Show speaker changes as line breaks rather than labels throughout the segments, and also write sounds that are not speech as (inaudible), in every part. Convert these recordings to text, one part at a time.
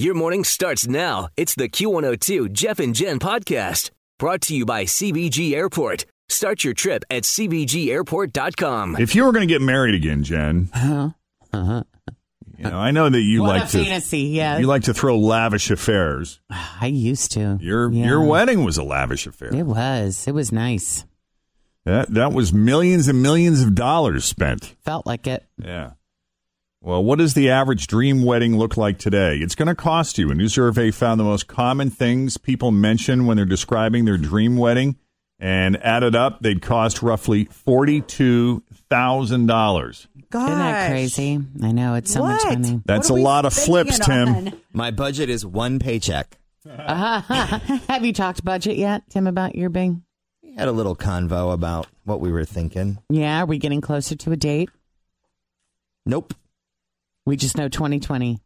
Your morning starts now. It's the Q102 Jeff and Jen podcast brought to you by CBG Airport. Start your trip at CBGAirport.com.
If you were going to get married again, Jen,
Uh-huh.
you know, I know that you
what
like
a
to
fantasy, yes.
you like to throw lavish affairs.
I used to.
Your
Yeah.
your wedding was a lavish affair.
It was. It was nice.
That that was millions and millions of dollars spent.
Felt like it.
Yeah. Well, what does the average dream wedding look like today? It's going to cost you. A new survey found the most common things people mention when they're describing their dream wedding, and added up, they'd cost roughly forty-two thousand dollars.
Gosh.
Isn't that crazy? I know it's so much
What?
(laughs) money.
That's
What are
a
we
lot of flips,
thinking
Tim.
on?
My budget is one paycheck.
Have you talked budget yet, Tim, about your Bing?
We had a little convo about what we were thinking.
Yeah, are we getting closer to a date?
Nope.
We just know 2020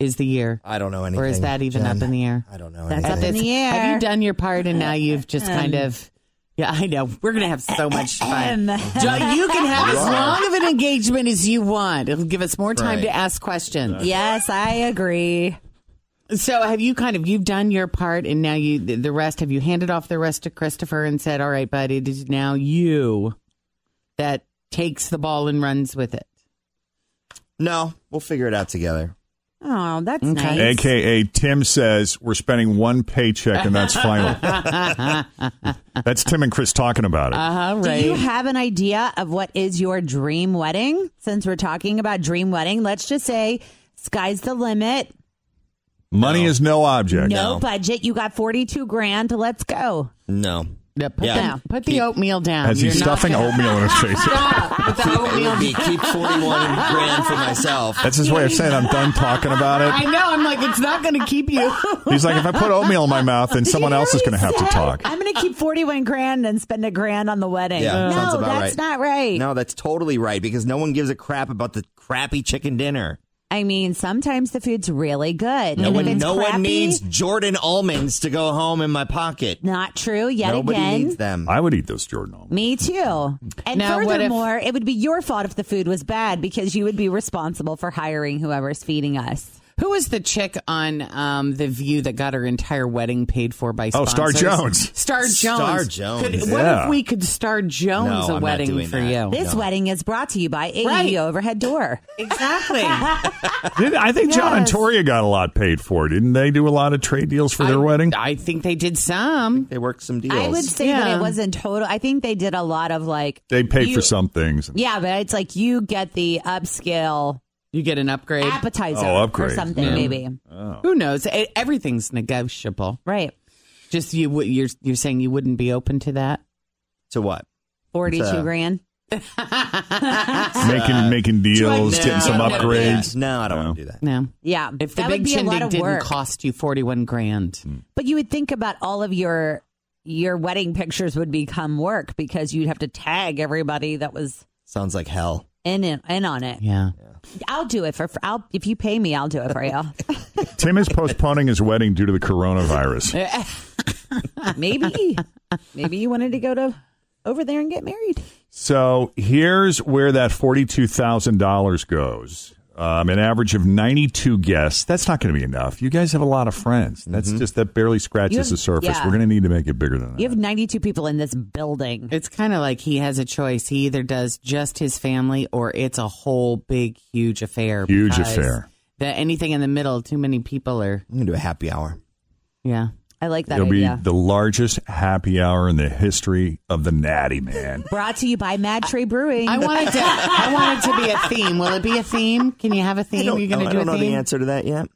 is the year.
I don't know anything.
Or is that even
Jen.
up in the air?
I don't know.
That's
anything.
up in the air. Um, Have you done your part and now you've just kind of. Yeah, I know. We're going to have so much fun. Jo- you can have as long of an engagement as you want. It'll give us more time
Right.
to ask questions.
(laughs) Yes, I agree.
So have you kind of you've done your part and now you the the rest have you handed off the rest to Christopher and said all right bud it is now you that takes the ball and runs with it.
No, we'll figure it out together.
Oh, that's
Okay.
nice.
AKA Tim says we're spending one paycheck and that's (laughs) final. that's Tim and Chris talking about it.
Uh-huh, right.
Do you have an idea of what is your dream wedding? Since we're talking about dream wedding, let's just say sky's the limit.
Money is no object.
No budget. You got 42 grand. Let's go.
No.
Yeah, put,
Yeah.
the, put the oatmeal down.
As he's
You're not
stuffing
gonna-
oatmeal in his (laughs) face.
Put the
It
oatmeal
would be keep 41 grand for myself.
That's his way of saying I'm done talking about
I
it.
know I'm like it's not going to keep you. (laughs)
He's like, if I put oatmeal in my mouth, then someone else is going to have to (laughs) talk.
I'm going to keep 41 grand and spend a grand on the wedding.
Yeah,
no, that's
sounds about right.
not right.
No, that's totally right because no one gives a crap about the crappy chicken dinner.
I mean, sometimes the food's really good. and
No
if
one,
it's
no one
crappy,
needs Jordan almonds to go home in my pocket.
Not true. Yet
Nobody
again.
needs them.
I would eat those Jordan almonds.
Me too. And
Now, what if-
furthermore, it would be your fault if the food was bad because you would be responsible for hiring whoever's feeding us.
Who was the chick on um, the View that got her entire wedding paid for by?
Oh,
Sponsors?
Star Jones.
Star Jones.
Star Jones.
Could, What
Yeah.
if we could Star Jones
No, I'm
a
not
wedding
doing
for
that. (laughs)
you?
This
No.
wedding is brought to you by AE
Right.
Overhead Door.
Exactly.
Did- I think John and Toria got a lot paid for it. Didn't they do a lot of trade deals for their wedding?
I think they did some.
they work some deals.
I would say that
Yeah.
it wasn't total. I think they did a lot of like,
They paid
You-
for some things.
yeah, but it's like you get the upscale
You get an upgrade.
appetizer
Oh,
or
upgrade.
something,
Yeah.
maybe.
Who knows? E- everything's negotiable.
Right.
Just you, would- you're you're saying you wouldn't be open to that.
to what?
42
It's a-
grand.
Making making deals, getting some
no,
upgrades.
No, I don't
No.
want to do that.
No.
Yeah.
If the
that would
big
be a lot
shindig
of
didn't
work.
cost you forty one grand,
Hmm.
But you would think about all of your your wedding pictures would become work because you'd have to tag everybody that was
Sounds like hell.
in in, in on it.
yeah. (laughs)
I'll do it for for- I'll if you pay me, I'll do it for you.
Tim is postponing his wedding due to the (laughs) coronavirus.
maybe maybe you wanted to go to over there and get married.
So here's where that forty-two thousand dollars goes. Um, an average of ninety-two guests. That's not going to be enough. You guys have a lot of friends. That's just that barely scratches
Mm-hmm. You have-
the surface.
yeah.
We're going to need to make it bigger than that.
You have 92 people in this building.
It's kind of like he has a choice. He either does just his family or it's a whole big, huge affair.
Huge
because
affair.
The, anything in the middle, too many people are.
I'm gonna do a happy hour.
Yeah.
I like that
It'll be
idea.
the largest happy hour in the history of the Natty Man.
Brought to you by Mad Tree Brewing.
I want
(laughs)
it to. I want it to be a theme. Will it be a theme? Can you have a
I
theme?
don't,
You're going to
I
do
don't
a
know
theme.
the answer to that yet.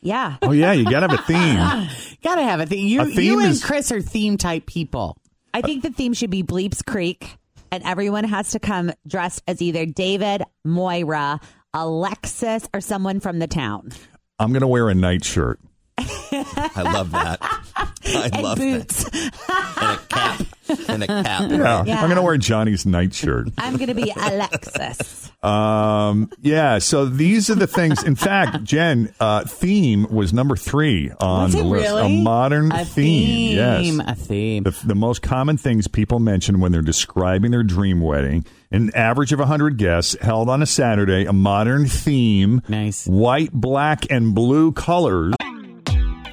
yeah.
Oh yeah, you gotta have a
(laughs)
theme.
Gotta have a theme. You,
A theme
you and
is-
Chris are theme type people.
I think the theme should be Bleeps Creek, and everyone has to come dressed as either David, Moira, Alexis, or someone from the town.
I'm gonna wear a nightshirt.
I love that. (laughs) I
And
love
boots.
that. And a cap. And a
(laughs)
cap.
Yeah,
Yeah.
I'm gonna wear Johnny's nightshirt.
I'm going
(laughs)
to be Alexis.
Um, yeah, so these are the things. In fact, Jen, uh, theme was number three on
Was
the
it
list.
really?
A modern
A
theme.
theme,
Yes.
a theme.
The, the most common things people mention when they're describing their dream wedding an average of 100 guests held on a Saturday, a modern theme,
Nice.
white, black, and blue colors.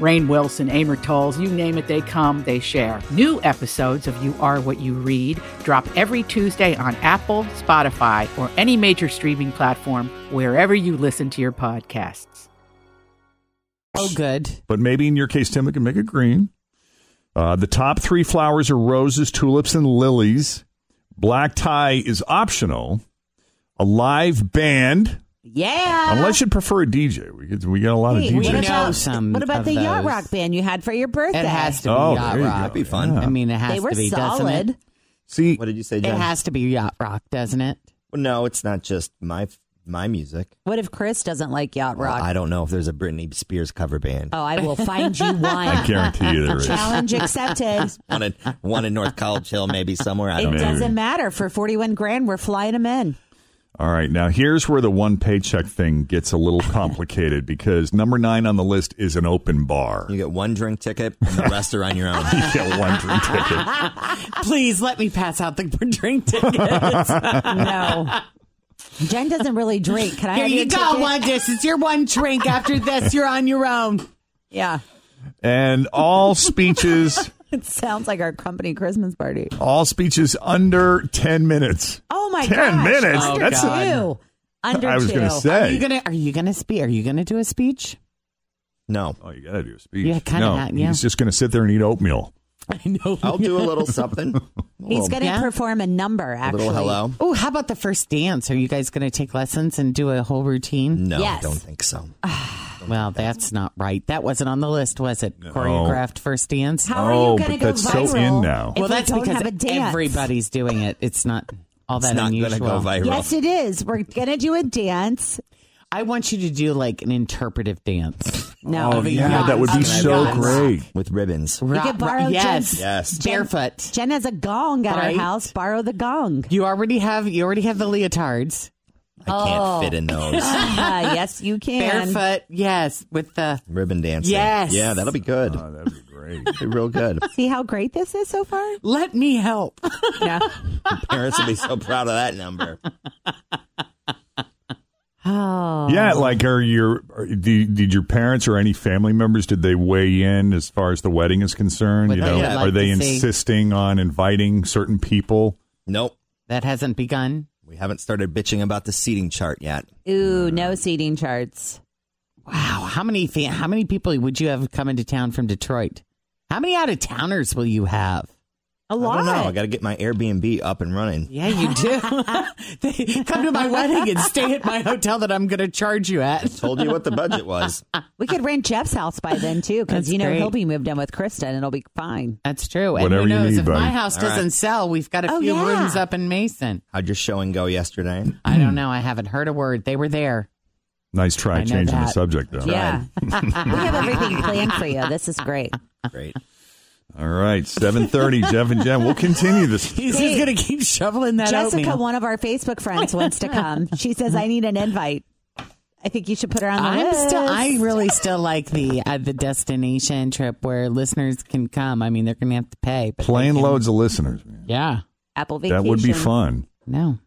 Rain Wilson, Amor Tolls, you name it, they come, they share. New episodes of You Are What You Read drop every Tuesday on Apple, Spotify, or any major streaming platform wherever you listen to your podcasts.
Oh, good.
But maybe in your case, Tim, we can make it green. Uh, the top three flowers are roses, tulips, and lilies. Black tie is optional. A live band,
Yeah.
unless you'd prefer a DJ. We get, we got a lot of
Hey, we
DJs.
know some
What about
of
the yacht
those.
rock band you had for your birthday?
It has to be
Oh,
yacht
there you
rock.
go. That'd be
fun.
I mean, it has
They were
to be, doesn't
solid.
it?
See,
What did you say,
It
Jen?
has to be yacht rock, doesn't it?
well, no, it's not just my my music.
What if Chris doesn't like yacht
Well,
rock?
I don't know if there's a Britney Spears cover band.
oh, I will
(laughs)
find you one.
I guarantee you
(laughs)
there is. (laughs)
Challenge accepted.
One, in, one in North College Hill, maybe somewhere. I
It
don't know.
doesn't matter. For 41 grand, we're flying them in.
All right, now here's where the one paycheck thing gets a little complicated because number nine on the list is an open bar.
You get one drink ticket, and the rest are on
(laughs)
your own.
(laughs) You get one drink ticket.
Uh, Please let me pass out the (laughs) drink tickets.
No. (laughs) Jen doesn't really drink. Can I
Here
have
you
your
go,
ticket?
one. This is your one drink. After this, you're on your own.
Yeah.
And all speeches,
It sounds like our company Christmas party.
all speeches under 10 minutes.
Oh my
10
god!
minutes?
Under
That's-
two. Under
I was
two.
going to
Are
say.
you gonna? Are you gonna speak? Are you gonna do a speech?
No,
Oh, you gotta do a speech.
Yeah, kinda
No,
not, yeah.
he's just gonna sit there and eat oatmeal.
(laughs) I know.
I'll do a little something. A
He's
little-
going to
Yeah.
perform a number.
a
Actually,
little hello.
Oh, how about the first dance? Are you guys going to take lessons and do a whole routine?
No, I
Yes. Oh,
don't think so.
Well, that's not right. That wasn't on the list, was it? Choreographed first dance.
Oh,
How are you
but
going to go
that's so
viral?
in now.
If
well,
we
that's
don't
because
have a dance.
everybody's doing it. It's not all that
It's not going
unusual.
to go viral.
Yes, it is. We're going to do a dance.
I want you to do like an interpretive dance.
No,
Oh, yeah,
Yeah, that would be
Yes.
so
Yes.
great.
With ribbons.
could
Right,
borrow
right, yes,
Jen's-
Yes.
barefoot.
Jen has a gong at
Right.
her house. Borrow the gong.
You already have. You already have the leotards.
I
Oh.
can't fit in
(laughs)
those.
(laughs)
Ah, yes, you can.
Barefoot. Yes, with the.
Ribbon dancing.
Yes.
Yeah, that'll be good.
Oh, that'd be
(laughs)
great.
Be real good.
See how great this is so far.
Let me help.
Yeah.
Parents will be so proud of that number.
(laughs) Oh.
Yeah, like are your are, do, did your parents or any family members did they weigh in as far as the wedding is concerned?
What
you
they
know,
would like
are they
to see.
insisting on inviting certain people?
Nope.
That hasn't begun.
We haven't started bitching about the seating chart yet.
Ooh, no seating charts.
Wow, how many fa- how many people would you have come into town from Detroit? How many out of towners will you have?
A
I
lot.
don't know. I got to get my Airbnb up and running.
Yeah, you
(laughs)
do. (laughs) they come to my wedding and stay at my hotel that I'm going to charge you at.
Told you what the budget was.
We could rent Jeff's house by then too, because
That's
you know
great.
he'll be moved in with Kristen, and it'll be fine.
That's true. And
Whatever
who
you
knows
need,
if
buddy.
my house
All
doesn't
right.
sell, we've got a
Oh,
few
yeah.
rooms up in Mason.
How'd your show and go yesterday?
I don't know. I haven't heard a word. They were there.
Nice
I
try
know
changing the
that.
subject though.
(laughs)
Yeah, we have everything planned for you. This is great.
Great.
All right, seven thirty. Jeff and Jen, we'll continue
(laughs)
this.
He's
Hey,
going to keep shoveling that
Jessica,
oatmeal.
one of our Facebook friends, wants to come. She says, I need an invite. I think you should put her on the
I'm
list.
still. I really still like the uh, the destination trip where listeners can come. I mean, they're going to have to pay. But
Plane loads of listeners. Man.
yeah.
Apple Vacation.
That would be fun.
No.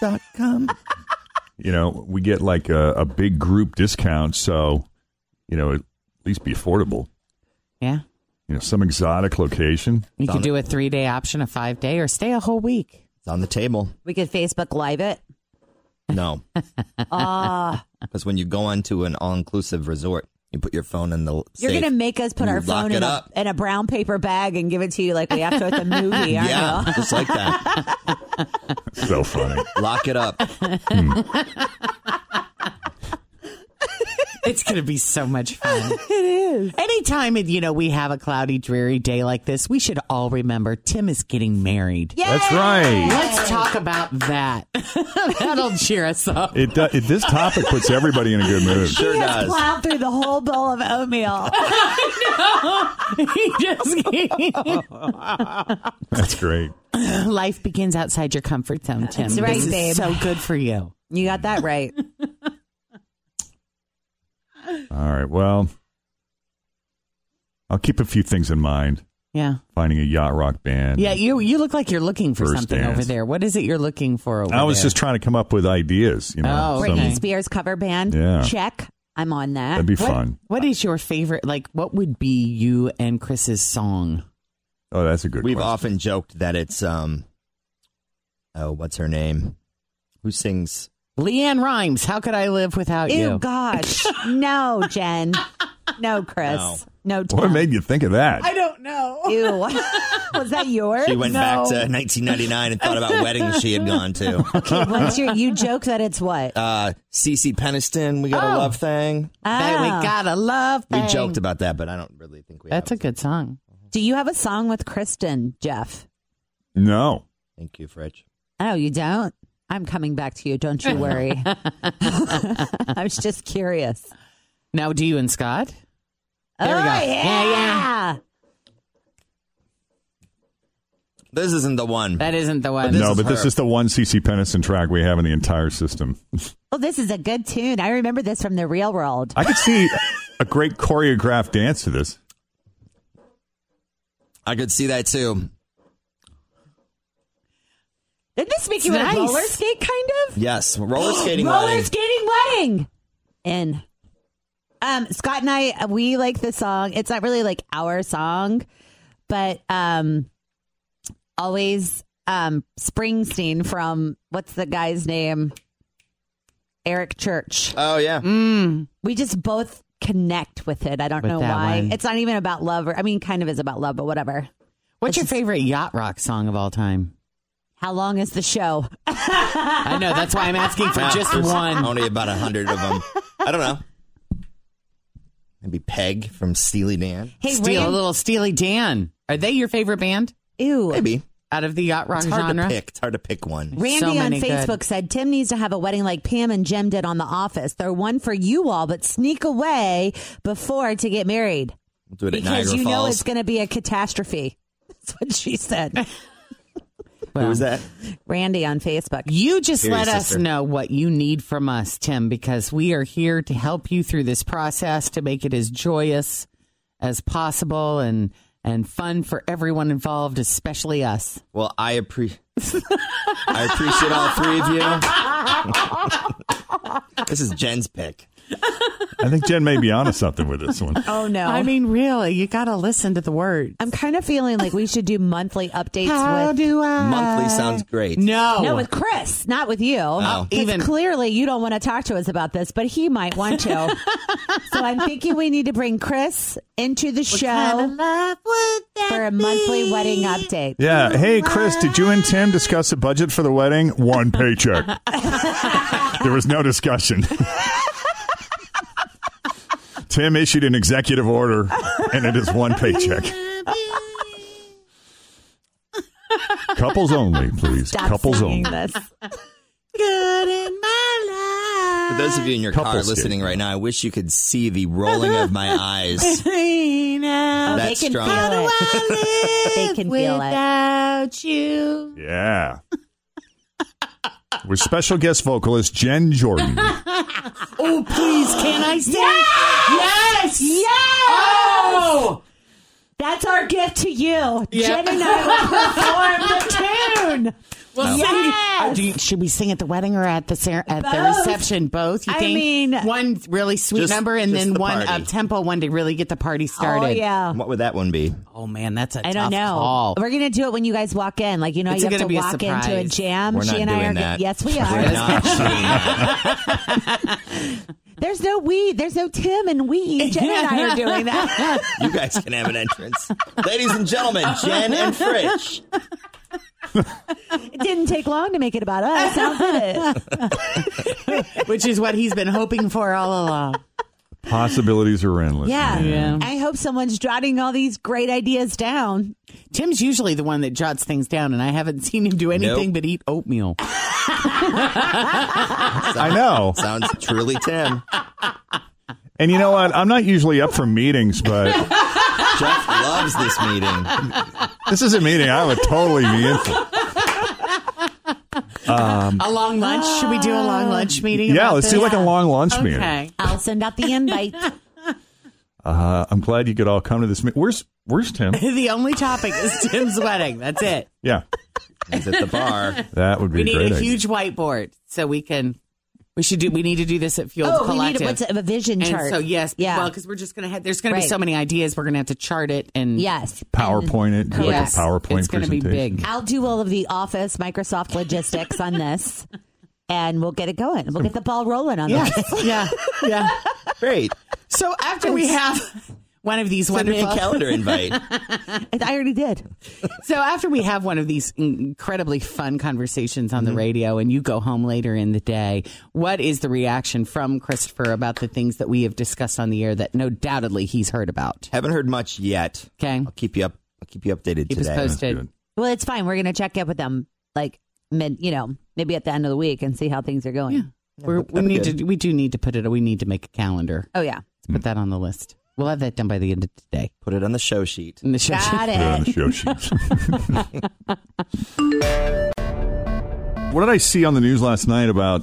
Dot com. (laughs) you know, we get like a, a big group discount, so you know, at least be affordable.
Yeah.
You know, some exotic location.
You
Done
could
it.
do a three day option, a five day, or stay a whole week.
It's on the table.
We could Facebook Live it.
No,
Ah,
because when you go onto an all-inclusive resort, you put your phone in the.
you're
safe.
gonna make us put
You
our
lock
phone
it
in a,
up.
in a brown paper bag and give it to you like we have to at the movie. aren't
Yeah,
you?
just like that.
So funny.
Lock it up.
It's going to be so (laughs) much fun. it is. Anytime it, you know we have a cloudy, dreary day like this, we should all remember Tim is getting married. Yeah.
That's right.
Let's talk about (laughs) that. That'll cheer us up.
(laughs)
(laughs)
It, do, it this topic puts everybody in a good mood.
(laughs)
Sure
He has
does.
plowed through the whole bowl of oatmeal.
He just-
(laughs) That's great.
Life begins outside your comfort zone, Tim.
right,
this is
babe.
so good for you.
(laughs) you got that right.
All right. Well, I'll keep a few things in mind.
Yeah.
Finding a yacht rock band.
Yeah, you you look like you're looking for
First
something
dance.
over there. What is it you're looking for over
I was
there?
just trying to come up with ideas. You know,
Oh,
some-
okay.
(laughs) Britney Spears cover band.
Yeah.
Check. I'm on that.
that'd be
What-
fun.
What is your favorite? Like, what would be you and Chris's song?
Oh, that's a good.
We've
question.
often joked that it's um. Oh, what's her name? Who sings?
Leanne Rhymes. How could I live without
Ew,
you?
gosh.
(laughs)
No, Jen. No, Chris. No, Tim.
What made you think of that?
don't know.
Ew. (laughs) Was that yours?
She went back to 1999 and thought
(laughs)
about weddings she had gone to.
Okay, (laughs) what's your, you joke that it's what?
Uh, Cece Peniston, we got a
Oh.
love thing.
That we
Ah.
gotta love.
We
thing.
joked about that, but I don't really think we.
That's a
have.
good song.
Do you have a song with Kristen, Jeff?
No.
Thank you, Fritch.
Oh, you don't? I'm coming back to you. Don't
(laughs)
you worry. (laughs) I was just curious.
Now, do you and Scott? There
oh,
we go. Yeah,
Yeah.
This isn't the one.
That isn't the one.
This
no,
is
but this
her.
is the one CC Peniston track we have in the entire system.
Oh, this is a good tune. I remember this from the real world.
I could see a great choreographed dance to this.
I could see that too.
Didn't this make
It's
you want
nice.
to roller skate, kind of?
(gasps)
Yes, roller skating
roller
wedding.
skating wedding. In. Um, Scott and I, we like the song. It's not really like our song, but um, always um, Springsteen from what's the guy's name? Eric Church.
oh yeah.
Mm,
We just both connect with it. I don't
With
know
that
why.
one.
It's not even about love. Or, I mean, kind of is about love, but whatever.
What's your
This is-
favorite yacht rock song of all time?
How long is the show?
I know. That's why I'm asking for
Wow,
just
there's
one.
Only about a hundred of them. I don't know. Maybe Peg from Steely Dan.
Hey,
Steal a
Rand-
little Steely Dan. Are they your favorite band
ew.
Maybe.
out of the yacht rock
It's hard
genre?
to pick. It's hard to pick one.
Randy
So
on
many good.
Facebook said Tim needs to have a wedding like Pam and Jim did on The Office. They're one for you all, but sneak away before to get married
We'll do it at
because
Niagara
you know it's
Falls.
going to be a catastrophe. (laughs) That's what she said.
Who was that?
Randy on Facebook.
You just
Here,
let us
sister.
know what you need from us, Tim, because we are here to help you through this process to make it as joyous as possible and and fun for everyone involved, especially us.
Well, I appreciate. I appreciate all three of you. (laughs) this is Jen's pick.
I think Jen may be onto something with this one.
Oh no!
I mean, really, you got to listen to the words.
I'm kind of feeling like we should do monthly updates
How
with
do I?
Monthly sounds great.
No.
Uh, No, with Chris, not with you.
Oh.
'Cause
Oh. Even-
clearly, you don't want to talk to us about this, but he might want
(laughs)
to. so I'm thinking we need to bring Chris into the show for a monthly wedding update.
Yeah. Hey, Chris, did you and Tim discuss a budget for the wedding? One
(laughs)
paycheck. there was no discussion. Tim issued an executive order, and it is one paycheck. Couples only, please.
Stop
Couples
singing
only.
This.
For those of you in your
Couple
car
skate.
listening right now, I wish you could see the rolling of my eyes.
(laughs) Oh, they
That's
can
strong.
feel it. they can feel it.
Yeah. with special guest vocalist Jen Jordan.
Oh, please, can I sing? Yes! Yes! Oh!
That's our gift to you.
Yeah.
Jen and I will perform the tune.
Well,
Yes!
sing- Uh, do you- should we sing at the wedding or at the cer- at the
Both.
reception? Both. You
I
think
mean-
one really sweet
Just-
number and
just
then
the
one
party.
up tempo one to really get the party started.
Oh yeah.
What would that one be?
Oh man, that's a
I
tough
don't know. (laughs)
call.
We're gonna do it when you guys walk in. Like you know,
It's
you have
gonna
to
be a
walk into a
surprise.
jam.
We're
Um, she
not
and I
doing
are.
that.
Yes, we
We're
are. (laughs)
not doing that.
There's no we. There's no Tim
(laughs)
and we. Jen and I are doing that.
You guys can have an entrance. Ladies and gentlemen, Jen and Fritch.
It didn't take long to make it about us. How
(laughs)
good.
Which is what he's been hoping for all
(laughs)
along.
Possibilities are endless.
Yeah.
man.
Yeah.
I hope someone's jotting all these great ideas down.
Tim's usually the one that jots things down, and I haven't seen him do anything
Nope.
but eat oatmeal.
I know.
Sounds truly Tim.
And you know what? I'm not usually up for meetings, but
Jeff loves this meeting.
this is a meeting I would totally be in for.
a long lunch? Should we do a
Ah.
long lunch meeting?
Yeah,
about
let's do
this?
like a long lunch meeting.
Okay.
I'll send out
(laughs)
the invite.
Uh, I'm glad you could all come to this meeting. Where's Where's Tim?
the only topic
(laughs)
is Tim's wedding. That's it.
Yeah,
He's at the
(laughs)
bar.
that would be
We
a
need
great.
a
idea.
huge whiteboard so we can. We should do. We need to do this at Fueled
oh, we need
Collective.
a, what's a, a vision
and
chart.
so yes,
Yeah.
well, because we're just gonna have. There's gonna be
Right.
so many ideas. We're gonna have to chart it and
yes.
PowerPoint it. Do
Yes,
like a PowerPoint
It's gonna be
presentation.
big.
I'll do all of the office Microsoft logistics on this, and we'll get it going. We'll get the ball rolling on this.
(laughs)
(laughs)
yeah, yeah.
Great.
So after we have one of these
Send me a
wonderful
calendar
(laughs)
(laughs)
invite.
I already did.
So after we have one of these incredibly fun conversations on the radio and you go home later in the day, what is the reaction from Christopher about the things that we have discussed on the air that no doubtedly he's heard about?
Haven't heard much yet.
Okay.
I'll keep you up. I'll keep you updated
Keep us
today.
posted.
Good.
Well, it's fine. We're going to check in with them like mid, you know, maybe at the end of the week and see how things are going.
We're, we need to we do need to put it we need to make a calendar.
Oh, yeah.
Let's put that on the list. We'll have that done by the end of today.
Put it on the show sheet.
In the show-
Got
Put it on
it.
the show sheet.
(laughs)
what did I see on the news last night about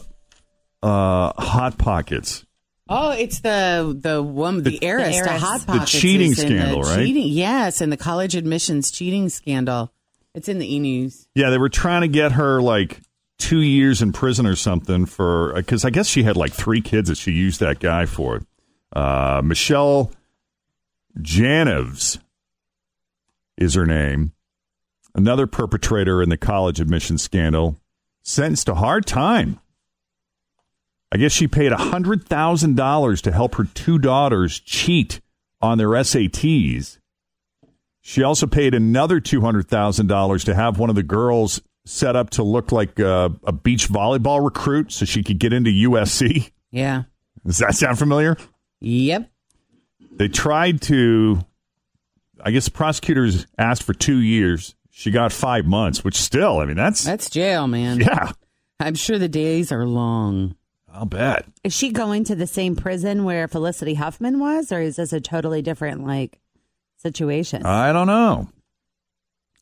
uh, hot pockets?
Oh, it's the the woman, the, heiress, to
heiress.
Hot
The
Pockets,
cheating
is in the
scandal, right?
Cheating, yes, and the college admissions cheating scandal. It's in the e news.
Yeah, they were trying to get her like two years in prison or something for because I guess she had like three kids that she used that guy for. Uh, Michelle Janevs is her name. Another perpetrator in the college admission scandal, sentenced to hard time. I guess she paid hundred thousand dollars to help her two daughters cheat on their SATs. She also paid another two hundred thousand dollars to have one of the girls set up to look like uh, a beach volleyball recruit, so she could get into USC.
Yeah.
(laughs) Does that sound familiar?
Yep.
They tried to. I guess prosecutors asked for two years. She got five months, which still, I mean, that's
That's jail, man.
yeah.
I'm sure the days are long.
I'll bet.
Is she going to the same prison where Felicity Huffman was, or is this a totally different, like, situation?
I don't know.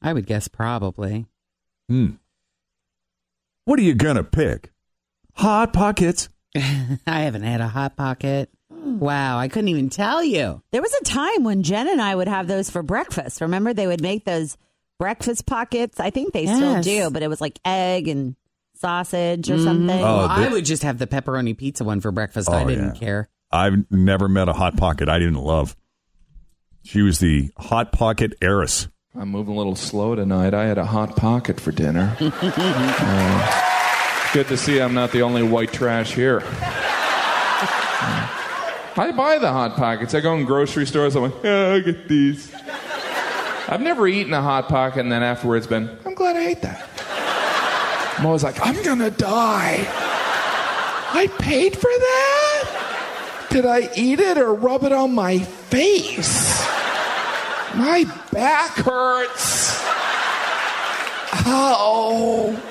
I would guess probably. (laughs)
Hmm. What are you gonna pick? Hot pockets.
I haven't had a hot pocket. Wow, I couldn't even tell you.
there was a time when Jen and I would have those for breakfast. Remember, they would make those breakfast pockets. I think they still
Yes.
do, but it was like egg and sausage
Mm-hmm.
or something.
Oh,
I
the-
would just have the pepperoni pizza one for breakfast.
Oh,
I didn't
yeah.
care.
I've never met a hot pocket I didn't love. She was the hot pocket heiress.
I'm moving a little slow tonight. I had a hot pocket for dinner. Uh, (laughs) good to see I'm not the only white trash here. I buy the hot pockets. I go in grocery stores. I'm like, oh, I'll get these. I've never eaten a hot pocket and then afterwards been, I'm glad I ate that. I'm always like, I'm gonna die. I paid for that? Did I eat it or rub it on my face? My back hurts. Ow.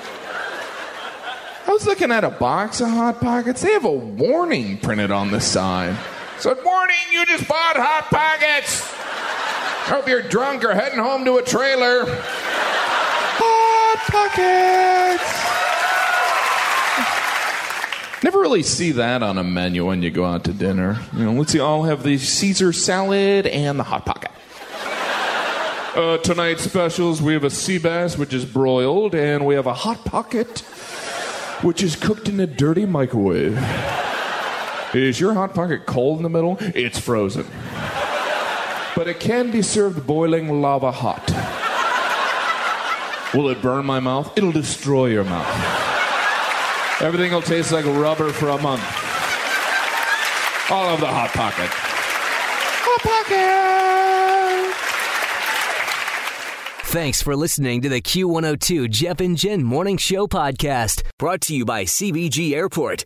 I was looking at a box of Hot Pockets. They have a warning printed on the side. Said, Warning, you just bought Hot Pockets. Hope you're drunk or heading home to a trailer. Hot Pockets.
Never really see that on a menu when you go out to dinner. You know, let's see, I'll have the Caesar salad and the hot pocket. Uh, tonight's specials: we have a sea bass, which is broiled, and we have a hot pocket, which is cooked in a dirty microwave. Is your hot pocket cold in the middle? It's frozen, but it can be served boiling lava hot. Will it burn my mouth? It'll destroy your mouth. Everything will taste like rubber for a month. All of the hot pocket. Hot pocket.
Thanks for listening to the Q102 Jeff and Jen Morning Show podcast, brought to you by CBG Airport.